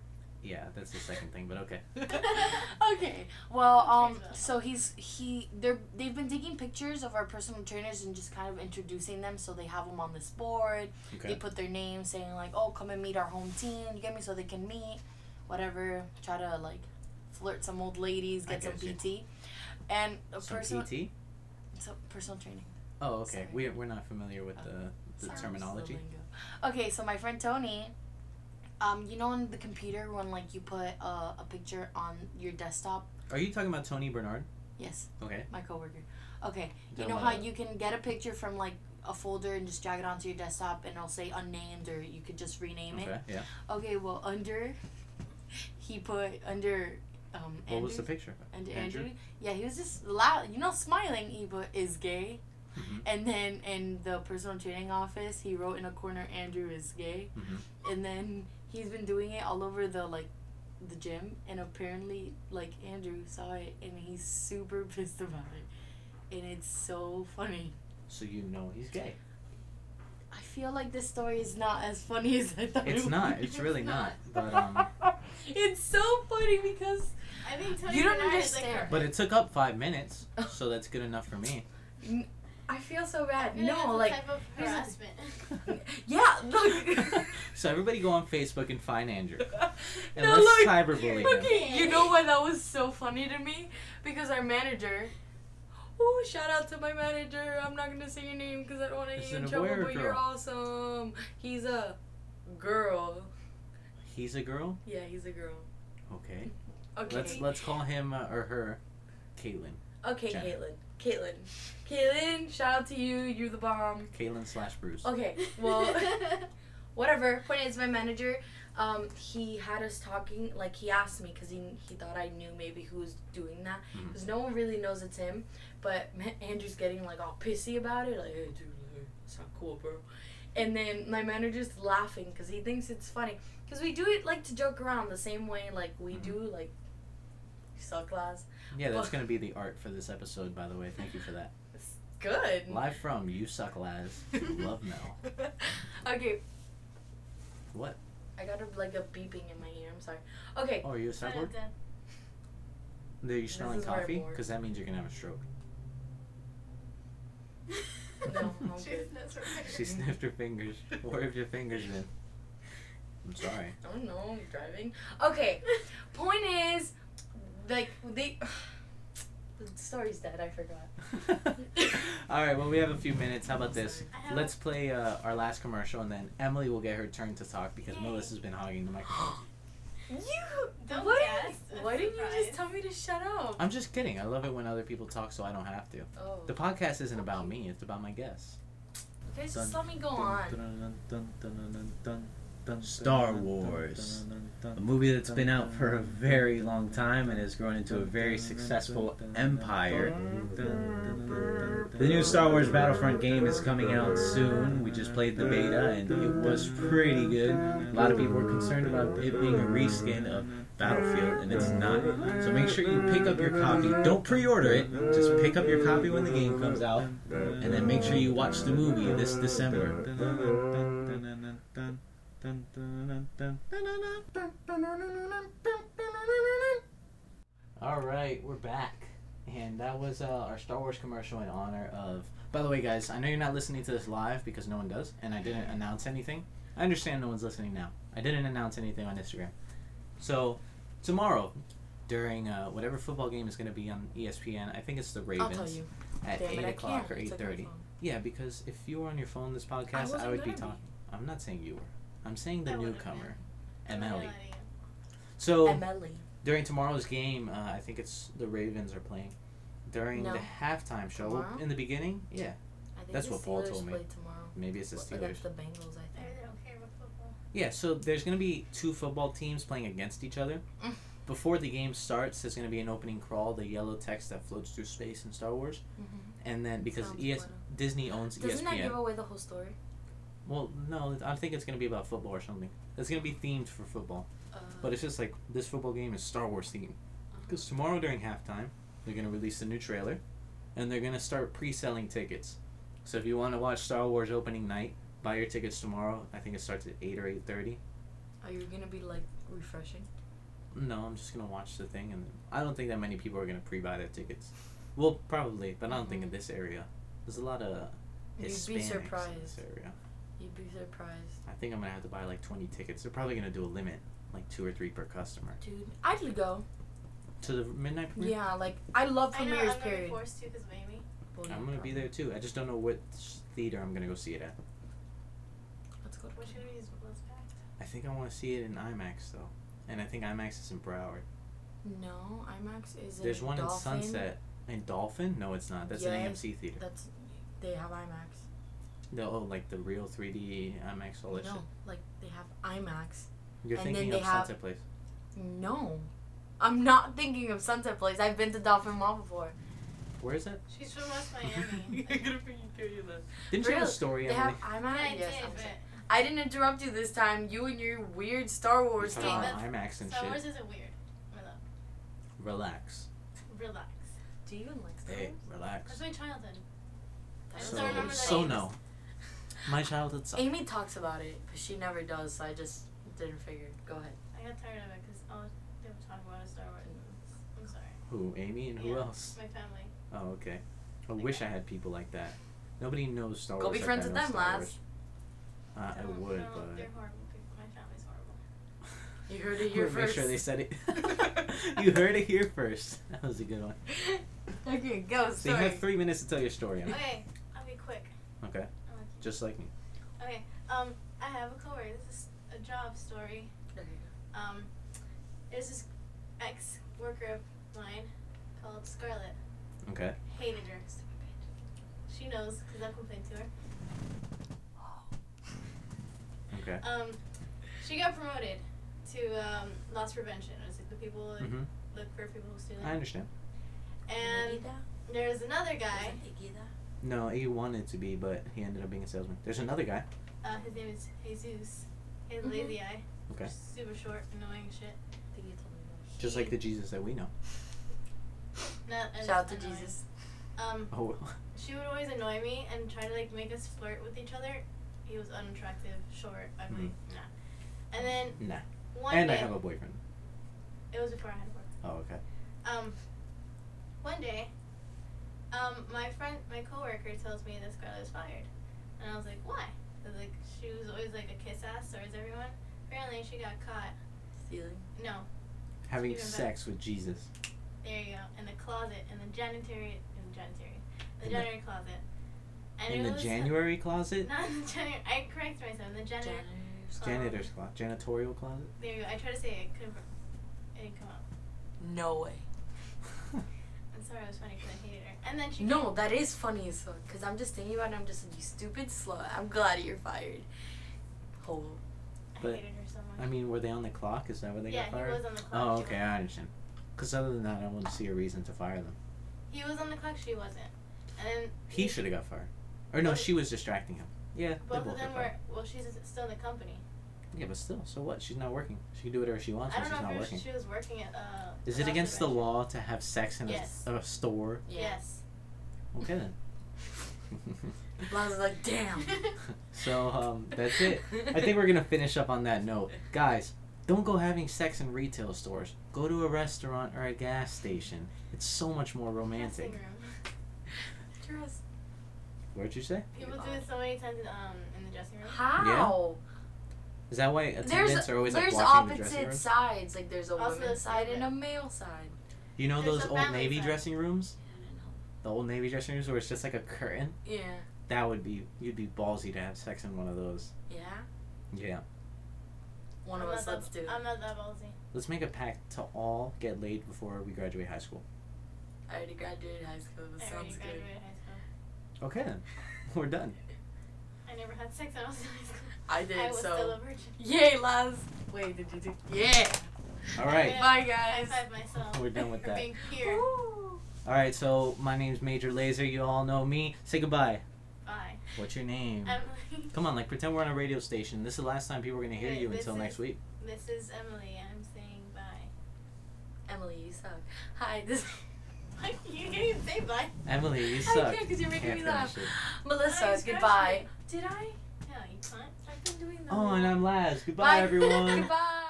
[SPEAKER 1] Yeah, that's the second thing, but okay.
[SPEAKER 3] Okay. Well, um,
[SPEAKER 2] Trainers.
[SPEAKER 3] so he's he they're they've been taking pictures of our personal trainers and just kind of introducing them. So they have them on this board. They
[SPEAKER 1] Okay.
[SPEAKER 3] put their names saying like, "Oh, come and meet our home team." You get me? So they can meet, whatever. Try to like flirt some old ladies,
[SPEAKER 1] I
[SPEAKER 3] get some
[SPEAKER 1] get you.
[SPEAKER 3] PT, and a
[SPEAKER 1] Some
[SPEAKER 3] personal
[SPEAKER 1] PT?
[SPEAKER 3] so personal training.
[SPEAKER 1] Oh, okay.
[SPEAKER 3] Sorry. Um,
[SPEAKER 1] We're, we're not familiar with the, the
[SPEAKER 3] Sorry,
[SPEAKER 1] terminology.
[SPEAKER 3] just the lingo. Okay, so my friend Tony, um, you know on the computer when like you put uh, a picture on your desktop.
[SPEAKER 1] Are you talking about Tony Bernard?
[SPEAKER 3] Yes,
[SPEAKER 1] Okay.
[SPEAKER 3] my coworker. Okay, you
[SPEAKER 1] Don't
[SPEAKER 3] know how
[SPEAKER 1] wanna-
[SPEAKER 3] you can get a picture from like a folder and just drag it onto your desktop and it'll say unnamed or you could just rename it.
[SPEAKER 1] Okay, yeah.
[SPEAKER 3] Okay, well under, he put under. Um,
[SPEAKER 1] What was the
[SPEAKER 3] Andrew-
[SPEAKER 1] picture?
[SPEAKER 3] and
[SPEAKER 1] Andrew?
[SPEAKER 3] Andrew. Yeah, he was just loud, you know, smiling. Eva is gay.
[SPEAKER 1] Mhm.
[SPEAKER 3] And then in the personal training office, he wrote in a corner, Andrew is gay.
[SPEAKER 1] Mhm.
[SPEAKER 3] And then he's been doing it all over the like the gym, and apparently like Andrew saw it, and he's super pissed about it. And it's so funny.
[SPEAKER 1] So you know he's gay.
[SPEAKER 3] I feel like this story is not as funny as I thought. it
[SPEAKER 1] It's
[SPEAKER 3] would
[SPEAKER 1] not.
[SPEAKER 3] be.
[SPEAKER 1] It's really not. But um,
[SPEAKER 3] it's so funny because
[SPEAKER 2] I think Tony
[SPEAKER 3] You don't
[SPEAKER 2] Bernard is,
[SPEAKER 3] understand.
[SPEAKER 2] Like,
[SPEAKER 1] but it took up five minutes, so that's good enough for me.
[SPEAKER 4] I feel so
[SPEAKER 2] I
[SPEAKER 4] bad.
[SPEAKER 2] feel that's
[SPEAKER 4] No,
[SPEAKER 2] a
[SPEAKER 4] like
[SPEAKER 2] type of
[SPEAKER 4] here's the-
[SPEAKER 2] harassment.
[SPEAKER 4] yeah, look.
[SPEAKER 1] So everybody go on Facebook and find Andrew. And
[SPEAKER 3] No,
[SPEAKER 1] let's
[SPEAKER 3] look.
[SPEAKER 1] cyberbully him.
[SPEAKER 3] Okay, you know why that was so funny to me? Because our manager. Oh, shout out to my manager. I'm not gonna say your name because I don't want to
[SPEAKER 1] Is it
[SPEAKER 3] get you in
[SPEAKER 1] a boy or
[SPEAKER 3] trouble,
[SPEAKER 1] a
[SPEAKER 3] but you're
[SPEAKER 1] girl?
[SPEAKER 3] awesome. He's a girl.
[SPEAKER 1] He's a girl.
[SPEAKER 3] Yeah, he's a girl.
[SPEAKER 1] Okay.
[SPEAKER 3] Okay.
[SPEAKER 1] Let's let's call him uh, or her, Caitlin.
[SPEAKER 3] okay,
[SPEAKER 1] Jenna.
[SPEAKER 3] Caitlin. Caitlin. Caitlin, shout out to you. You're the bomb.
[SPEAKER 1] Caitlin slash Bruce.
[SPEAKER 4] okay, well, whatever. Point is, my manager, um, he had us talking. Like he asked me because he he thought I knew maybe who was doing that
[SPEAKER 1] Mhm.
[SPEAKER 4] because no one really knows it's him. But Andrew's getting like all pissy about it. Like, hey, dude, like, it's not cool, bro. And then my manager's laughing because he thinks it's funny because we do it like to joke around the same way like we
[SPEAKER 1] Mhm.
[SPEAKER 4] do like suck class.
[SPEAKER 1] Yeah, that's
[SPEAKER 4] Well-
[SPEAKER 1] gonna be the art for this episode, by the way. Thank you for that.
[SPEAKER 4] Good.
[SPEAKER 1] Live from You Suck Laz. Love Mel.
[SPEAKER 4] okay.
[SPEAKER 1] What?
[SPEAKER 4] I got a, like a beeping in my ear. I'm sorry. Okay.
[SPEAKER 1] Oh, are you a cyborg? Are you smelling
[SPEAKER 4] is where I'm
[SPEAKER 1] coffee?
[SPEAKER 4] bored.
[SPEAKER 1] Because that means you're gonna have a stroke.
[SPEAKER 4] No, I'm
[SPEAKER 2] Truth
[SPEAKER 4] good.
[SPEAKER 2] knows her
[SPEAKER 1] She sniffed her fingers. Where have your fingers been? I'm sorry.
[SPEAKER 4] I don't know. I'm driving. Okay. Point is, like they. the story's dead. I forgot.
[SPEAKER 1] All right. Well, we have a few minutes. How about this?
[SPEAKER 2] I have-
[SPEAKER 1] Let's play uh, our last commercial, and then Emily will get her turn to talk because
[SPEAKER 2] Yay.
[SPEAKER 1] Melissa's been hogging the microphone.
[SPEAKER 4] You.
[SPEAKER 2] Don't
[SPEAKER 4] why
[SPEAKER 2] guess,
[SPEAKER 4] didn't,
[SPEAKER 2] I'm
[SPEAKER 4] why didn't you just
[SPEAKER 2] surprised.
[SPEAKER 4] tell me to shut up?
[SPEAKER 1] I'm just kidding. I love it when other people talk, so I don't have to.
[SPEAKER 4] Oh.
[SPEAKER 1] The podcast isn't about me; it's about my guests.
[SPEAKER 4] Okay,
[SPEAKER 1] dun-
[SPEAKER 4] just let me go on.
[SPEAKER 1] Star Wars. A movie that's been out for a very long time and has grown into a very successful empire. The new Star Wars Battlefront game is coming out soon. We just played the beta and it was pretty good. A lot of people were concerned about it being a reskin of Battlefield and it's not. So make sure you pick up your copy. Don't pre-order it. Just pick up your copy when the game comes out and then make sure you watch the movie this December. All right, we're back, and that was uh, our Star Wars commercial in honor of. By the way, guys, I know you're not listening to this live because no one does, and I didn't announce anything. I understand no one's listening now. I didn't announce anything on Instagram. So tomorrow, during uh, whatever football game is going to be on E ESPN, I think it's the
[SPEAKER 3] I'll
[SPEAKER 1] Ravens
[SPEAKER 3] tell you.
[SPEAKER 1] at
[SPEAKER 3] Damn it,
[SPEAKER 1] eight
[SPEAKER 3] I
[SPEAKER 1] o'clock or
[SPEAKER 3] can't.
[SPEAKER 1] eight
[SPEAKER 3] It's like my
[SPEAKER 1] thirty.
[SPEAKER 3] phone.
[SPEAKER 1] Yeah, because if you were on your phone this podcast, I,
[SPEAKER 4] wasn't
[SPEAKER 1] would be
[SPEAKER 4] gonna be.
[SPEAKER 1] talking. I'm not saying you were. I'm saying
[SPEAKER 2] I
[SPEAKER 1] the
[SPEAKER 2] wouldn't
[SPEAKER 1] newcomer,
[SPEAKER 2] I'm not
[SPEAKER 1] Emily.
[SPEAKER 2] letting you.
[SPEAKER 3] E.
[SPEAKER 1] So
[SPEAKER 4] Emily.
[SPEAKER 1] during tomorrow's game, uh, I think it's the Ravens are playing. During
[SPEAKER 4] No.
[SPEAKER 1] the halftime show
[SPEAKER 4] Tomorrow?
[SPEAKER 1] in the beginning, yeah,
[SPEAKER 4] I think
[SPEAKER 1] That's
[SPEAKER 4] the
[SPEAKER 1] what Paul
[SPEAKER 4] Steelers
[SPEAKER 1] told me.
[SPEAKER 4] Play tomorrow.
[SPEAKER 1] maybe it's the
[SPEAKER 4] Well,
[SPEAKER 1] Steelers.
[SPEAKER 4] Against the Bengals, I
[SPEAKER 2] I
[SPEAKER 4] think.
[SPEAKER 2] really don't care about football.
[SPEAKER 1] Yeah, so there's gonna be two football teams playing against each other.
[SPEAKER 4] Mm.
[SPEAKER 1] Before the game starts, there's gonna be an opening crawl, the yellow text that floats through space in Star Wars, and then because
[SPEAKER 4] Sounds
[SPEAKER 1] ES-
[SPEAKER 4] bueno.
[SPEAKER 1] Disney owns
[SPEAKER 4] Mm-hmm.
[SPEAKER 1] E
[SPEAKER 4] Doesn't
[SPEAKER 1] ESPN.
[SPEAKER 4] that give away the whole story?
[SPEAKER 1] Well, no, I think it's gonna be about football or something. It's gonna be themed for football,
[SPEAKER 4] Uh,
[SPEAKER 1] but it's just like this football game is Star Wars themed. Because tomorrow during halftime, they're gonna release a new trailer, and they're gonna start pre-selling tickets. So if you want to watch Star Wars opening night, buy your tickets tomorrow. I think it starts at eight or eight thirty.
[SPEAKER 3] Are you gonna be like refreshing?
[SPEAKER 1] No, I'm just gonna watch the thing, and I don't think that many people are gonna pre-buy their tickets. Well, probably, but I don't think in this area. There's a lot of Hispanics
[SPEAKER 3] You'd be
[SPEAKER 1] in this
[SPEAKER 3] surprised.
[SPEAKER 1] area.
[SPEAKER 3] You'd be surprised,
[SPEAKER 1] I think I'm gonna have to buy like 20 tickets. They're probably gonna do a limit, like two or three per customer.
[SPEAKER 3] dude. I'd go.
[SPEAKER 1] To the midnight premiere.
[SPEAKER 3] Yeah, like I love
[SPEAKER 2] I know I'm
[SPEAKER 3] premieres.
[SPEAKER 2] gonna be
[SPEAKER 3] period.
[SPEAKER 2] forced to because Mamie.
[SPEAKER 3] Well, yeah,
[SPEAKER 1] I'm gonna be
[SPEAKER 3] probably.
[SPEAKER 1] there too. I just don't know which theater I'm gonna go see it at.
[SPEAKER 3] Let's go. to-
[SPEAKER 2] Which movie is was that?
[SPEAKER 1] I think I want to see it in IMAX though, and I think IMAX is in Broward.
[SPEAKER 3] No, IMAX is.
[SPEAKER 1] There's
[SPEAKER 3] in
[SPEAKER 1] one in
[SPEAKER 3] Dolphin.
[SPEAKER 1] Sunset. In Dolphin? No, it's not. That's
[SPEAKER 3] Yeah.
[SPEAKER 1] an AMC theater.
[SPEAKER 3] That's they have IMAX.
[SPEAKER 1] No, oh, like the real 3D IMAX all that
[SPEAKER 3] No,
[SPEAKER 1] shit.
[SPEAKER 3] like they have IMAX.
[SPEAKER 1] You're
[SPEAKER 3] And then
[SPEAKER 1] thinking
[SPEAKER 3] they
[SPEAKER 1] of
[SPEAKER 3] have-
[SPEAKER 1] Sunset Place.
[SPEAKER 3] No, I'm not thinking of Sunset Place. I've been to Dolphin Mall before.
[SPEAKER 1] Where is that?
[SPEAKER 2] She's from West Miami.
[SPEAKER 3] freaking kill you this.
[SPEAKER 1] Didn't you have a
[SPEAKER 3] Really?
[SPEAKER 1] story,
[SPEAKER 3] They
[SPEAKER 1] Emily?
[SPEAKER 3] have
[SPEAKER 2] But
[SPEAKER 3] IMAX.
[SPEAKER 2] I
[SPEAKER 3] yes, I'm
[SPEAKER 2] did,
[SPEAKER 3] sorry.
[SPEAKER 2] but
[SPEAKER 3] I didn't interrupt you this time. You and your weird Star
[SPEAKER 1] You
[SPEAKER 3] Wars
[SPEAKER 1] saw
[SPEAKER 2] Okay,
[SPEAKER 1] it on
[SPEAKER 3] thing.
[SPEAKER 2] that's-
[SPEAKER 1] IMAX and
[SPEAKER 2] Star Wars
[SPEAKER 1] shit.
[SPEAKER 2] isn't weird. Rel-
[SPEAKER 1] Relax.
[SPEAKER 2] Relax.
[SPEAKER 3] Do you even like Star
[SPEAKER 1] Hey,
[SPEAKER 2] That's
[SPEAKER 1] relax.
[SPEAKER 2] my childhood. I
[SPEAKER 3] Wars?
[SPEAKER 2] just
[SPEAKER 1] So,
[SPEAKER 2] don't remember the
[SPEAKER 1] so
[SPEAKER 2] names.
[SPEAKER 1] no. My childhood sucked.
[SPEAKER 3] Amy talks about it, but she never does. So I just didn't figure. Go ahead.
[SPEAKER 2] I got tired of it because all they were talking about was Star Wars. movies. I'm sorry.
[SPEAKER 1] Who? Amy and who
[SPEAKER 2] Yeah.
[SPEAKER 1] else?
[SPEAKER 2] My family.
[SPEAKER 1] Oh, okay. I wish I had people like that. Nobody knows Star
[SPEAKER 3] Go
[SPEAKER 1] Wars.
[SPEAKER 3] be
[SPEAKER 1] like
[SPEAKER 3] friends
[SPEAKER 1] I
[SPEAKER 3] with
[SPEAKER 1] know
[SPEAKER 3] them,
[SPEAKER 1] Star
[SPEAKER 3] lads.
[SPEAKER 1] Wars. Uh, I
[SPEAKER 2] Don't-
[SPEAKER 1] would,
[SPEAKER 2] don't-
[SPEAKER 1] but.
[SPEAKER 2] They're horrible people. My family's horrible.
[SPEAKER 3] You heard it here
[SPEAKER 1] Wanna Make sure they
[SPEAKER 3] first.
[SPEAKER 1] said it. you heard it here first. That was a good one.
[SPEAKER 3] Okay, go.
[SPEAKER 1] So you
[SPEAKER 3] Sorry.
[SPEAKER 1] have three minutes to tell your story. Emma.
[SPEAKER 2] Okay, I'll be quick.
[SPEAKER 1] Okay.
[SPEAKER 2] I'm like,
[SPEAKER 1] Just like me.
[SPEAKER 2] Okay, um, I have a coworker. This is a job story. Um, there's this ex worker of mine called Scarlett.
[SPEAKER 1] Okay.
[SPEAKER 2] Hated her. Stupid bitch. She knows because I've complained to her.
[SPEAKER 1] Okay.
[SPEAKER 2] Um, she got promoted to um, loss prevention. It's like the people that
[SPEAKER 1] hmm
[SPEAKER 2] look for people who steal.
[SPEAKER 1] I understand.
[SPEAKER 2] And there's another guy.
[SPEAKER 1] No, he wanted to be, but he ended up being a salesman. There's another guy.
[SPEAKER 2] Uh, his name is Jesus. He has a
[SPEAKER 3] Mhm.
[SPEAKER 2] lazy eye.
[SPEAKER 1] Okay.
[SPEAKER 2] Super short, annoying shit.
[SPEAKER 1] Just like the Jesus that we know.
[SPEAKER 2] Not as
[SPEAKER 3] Shout out to
[SPEAKER 2] annoying.
[SPEAKER 3] Jesus.
[SPEAKER 2] Um,
[SPEAKER 1] Oh,
[SPEAKER 2] She would always annoy me and try to like make us flirt with each other. He was unattractive, short, ugly,
[SPEAKER 1] Mm-hmm.
[SPEAKER 2] nah. And then
[SPEAKER 1] nah.
[SPEAKER 2] one
[SPEAKER 1] And
[SPEAKER 2] day
[SPEAKER 1] I have a boyfriend.
[SPEAKER 2] it was before I had work.
[SPEAKER 1] Oh, okay.
[SPEAKER 2] Um, one day, um, my friend, my coworker tells me that Scarlett was fired, and I was like, why? 'Cause, like she was always like a kiss ass towards everyone. Apparently, she got caught.
[SPEAKER 3] Stealing.
[SPEAKER 2] No,
[SPEAKER 1] Having
[SPEAKER 2] Even better.
[SPEAKER 1] sex with Jesus.
[SPEAKER 2] there you go, in the closet, in the janitary, in the janitary, the
[SPEAKER 1] In the-
[SPEAKER 2] janitary closet. And
[SPEAKER 1] In
[SPEAKER 2] it
[SPEAKER 1] the
[SPEAKER 2] was-
[SPEAKER 1] January closet?
[SPEAKER 2] Not in the janitor. I correct myself. In the janitor.
[SPEAKER 3] Uh-huh.
[SPEAKER 1] Janitor's closet. Janitorial closet?
[SPEAKER 2] There you go. I tried to say it. Couldn't. It didn't come out.
[SPEAKER 3] No way.
[SPEAKER 2] I'm sorry. It was funny because I hated her. And then she.
[SPEAKER 3] No, that is funny as fuck. Cause I'm just thinking about it. I'm just like, you stupid slut. I'm glad you're fired. Ho.
[SPEAKER 2] I
[SPEAKER 1] but-
[SPEAKER 2] hated her so much.
[SPEAKER 1] I mean, were they on the clock? Is that where they
[SPEAKER 2] yeah,
[SPEAKER 1] got fired?
[SPEAKER 2] he was on the clock.
[SPEAKER 1] oh,
[SPEAKER 2] she
[SPEAKER 1] okay.
[SPEAKER 2] wasn't.
[SPEAKER 1] I understand. Because other than that, I wouldn't see a reason to fire them.
[SPEAKER 2] He was on the clock. She wasn't. And then.
[SPEAKER 1] He should have got fired. Or no,
[SPEAKER 2] Both-
[SPEAKER 1] she was distracting him. Yeah, they
[SPEAKER 2] Both
[SPEAKER 1] both
[SPEAKER 2] of them
[SPEAKER 1] got
[SPEAKER 2] were.
[SPEAKER 1] fired.
[SPEAKER 2] Well, she's still in the company.
[SPEAKER 1] Yeah, but still, so what? She's not working. She can do whatever she wants
[SPEAKER 2] I
[SPEAKER 1] when
[SPEAKER 2] don't
[SPEAKER 1] she's
[SPEAKER 2] know
[SPEAKER 1] not
[SPEAKER 2] if it
[SPEAKER 1] working.
[SPEAKER 2] was, she was working at. Uh,
[SPEAKER 1] Is
[SPEAKER 2] an
[SPEAKER 1] it against the
[SPEAKER 2] observation.
[SPEAKER 1] law to have sex in a,
[SPEAKER 2] Yes.
[SPEAKER 1] a store?
[SPEAKER 2] Yes.
[SPEAKER 1] Okay then.
[SPEAKER 3] Blonde's like, damn.
[SPEAKER 1] so um, that's it. I think we're gonna finish up on that note, guys. Don't go having sex in retail stores. Go to a restaurant or a gas station. It's so much more romantic.
[SPEAKER 2] Dressing room.
[SPEAKER 3] Dress.
[SPEAKER 1] What'd you say?
[SPEAKER 2] People do it so many times in, um, in the dressing room.
[SPEAKER 3] How?
[SPEAKER 1] Is that why
[SPEAKER 3] There's
[SPEAKER 1] attendants are always like
[SPEAKER 3] there's
[SPEAKER 1] watching the dressing
[SPEAKER 3] opposite
[SPEAKER 1] room?
[SPEAKER 3] sides. Like there's a
[SPEAKER 2] Also the
[SPEAKER 3] women's side and a
[SPEAKER 2] secret.
[SPEAKER 3] male side.
[SPEAKER 1] You know
[SPEAKER 2] There's
[SPEAKER 1] those
[SPEAKER 2] a
[SPEAKER 1] old
[SPEAKER 2] family
[SPEAKER 1] navy
[SPEAKER 2] side.
[SPEAKER 1] dressing rooms, the old navy dressing rooms where it's just like a curtain.
[SPEAKER 3] Yeah.
[SPEAKER 1] That would be you'd be ballsy to have sex in one of those.
[SPEAKER 3] Yeah.
[SPEAKER 1] Yeah.
[SPEAKER 3] One
[SPEAKER 2] I'm
[SPEAKER 3] of
[SPEAKER 2] not
[SPEAKER 3] us.
[SPEAKER 2] that-
[SPEAKER 3] Let's do. it.
[SPEAKER 2] I'm not that ballsy.
[SPEAKER 1] Let's make a pact to all get laid before we graduate high school.
[SPEAKER 3] I already graduated high school. This
[SPEAKER 2] I already
[SPEAKER 3] sounds
[SPEAKER 2] graduated
[SPEAKER 3] good.
[SPEAKER 2] high school.
[SPEAKER 1] Okay then, we're done.
[SPEAKER 2] I never had sex when I was in high school.
[SPEAKER 3] I did.
[SPEAKER 2] I was
[SPEAKER 3] so.
[SPEAKER 2] still a virgin.
[SPEAKER 3] Yay, Laz. Wait, did you do? Yeah.
[SPEAKER 1] All right.
[SPEAKER 2] Yeah.
[SPEAKER 3] Bye,
[SPEAKER 2] High
[SPEAKER 3] guys.
[SPEAKER 2] five myself.
[SPEAKER 1] We're done with
[SPEAKER 2] for
[SPEAKER 1] that.
[SPEAKER 2] Being here.
[SPEAKER 3] Woo.
[SPEAKER 1] All right, so my name's Major Laser. You all know me. Say goodbye.
[SPEAKER 2] Bye.
[SPEAKER 1] What's your name?
[SPEAKER 3] Um,
[SPEAKER 2] Emily.
[SPEAKER 1] Come on, like pretend we're on a radio station. This is the last time people are gonna hear
[SPEAKER 2] Wait,
[SPEAKER 1] you
[SPEAKER 2] this
[SPEAKER 1] until next
[SPEAKER 2] is-
[SPEAKER 1] week.
[SPEAKER 2] This is Emily. I'm saying bye.
[SPEAKER 3] Emily, you suck. Hi, this.
[SPEAKER 2] Like, you can't even say bye.
[SPEAKER 4] Emily, you
[SPEAKER 3] I
[SPEAKER 4] suck.
[SPEAKER 3] can't because you're making
[SPEAKER 4] Can't
[SPEAKER 3] me
[SPEAKER 4] finish
[SPEAKER 3] laugh.
[SPEAKER 4] it.
[SPEAKER 2] I
[SPEAKER 3] Melissa,
[SPEAKER 2] scratched
[SPEAKER 3] goodbye. Did I?
[SPEAKER 2] Yeah, you can't.
[SPEAKER 3] I've been doing that.
[SPEAKER 4] Oh, and I'm Laz. Goodbye,
[SPEAKER 3] Bye.
[SPEAKER 4] everyone.
[SPEAKER 3] goodbye.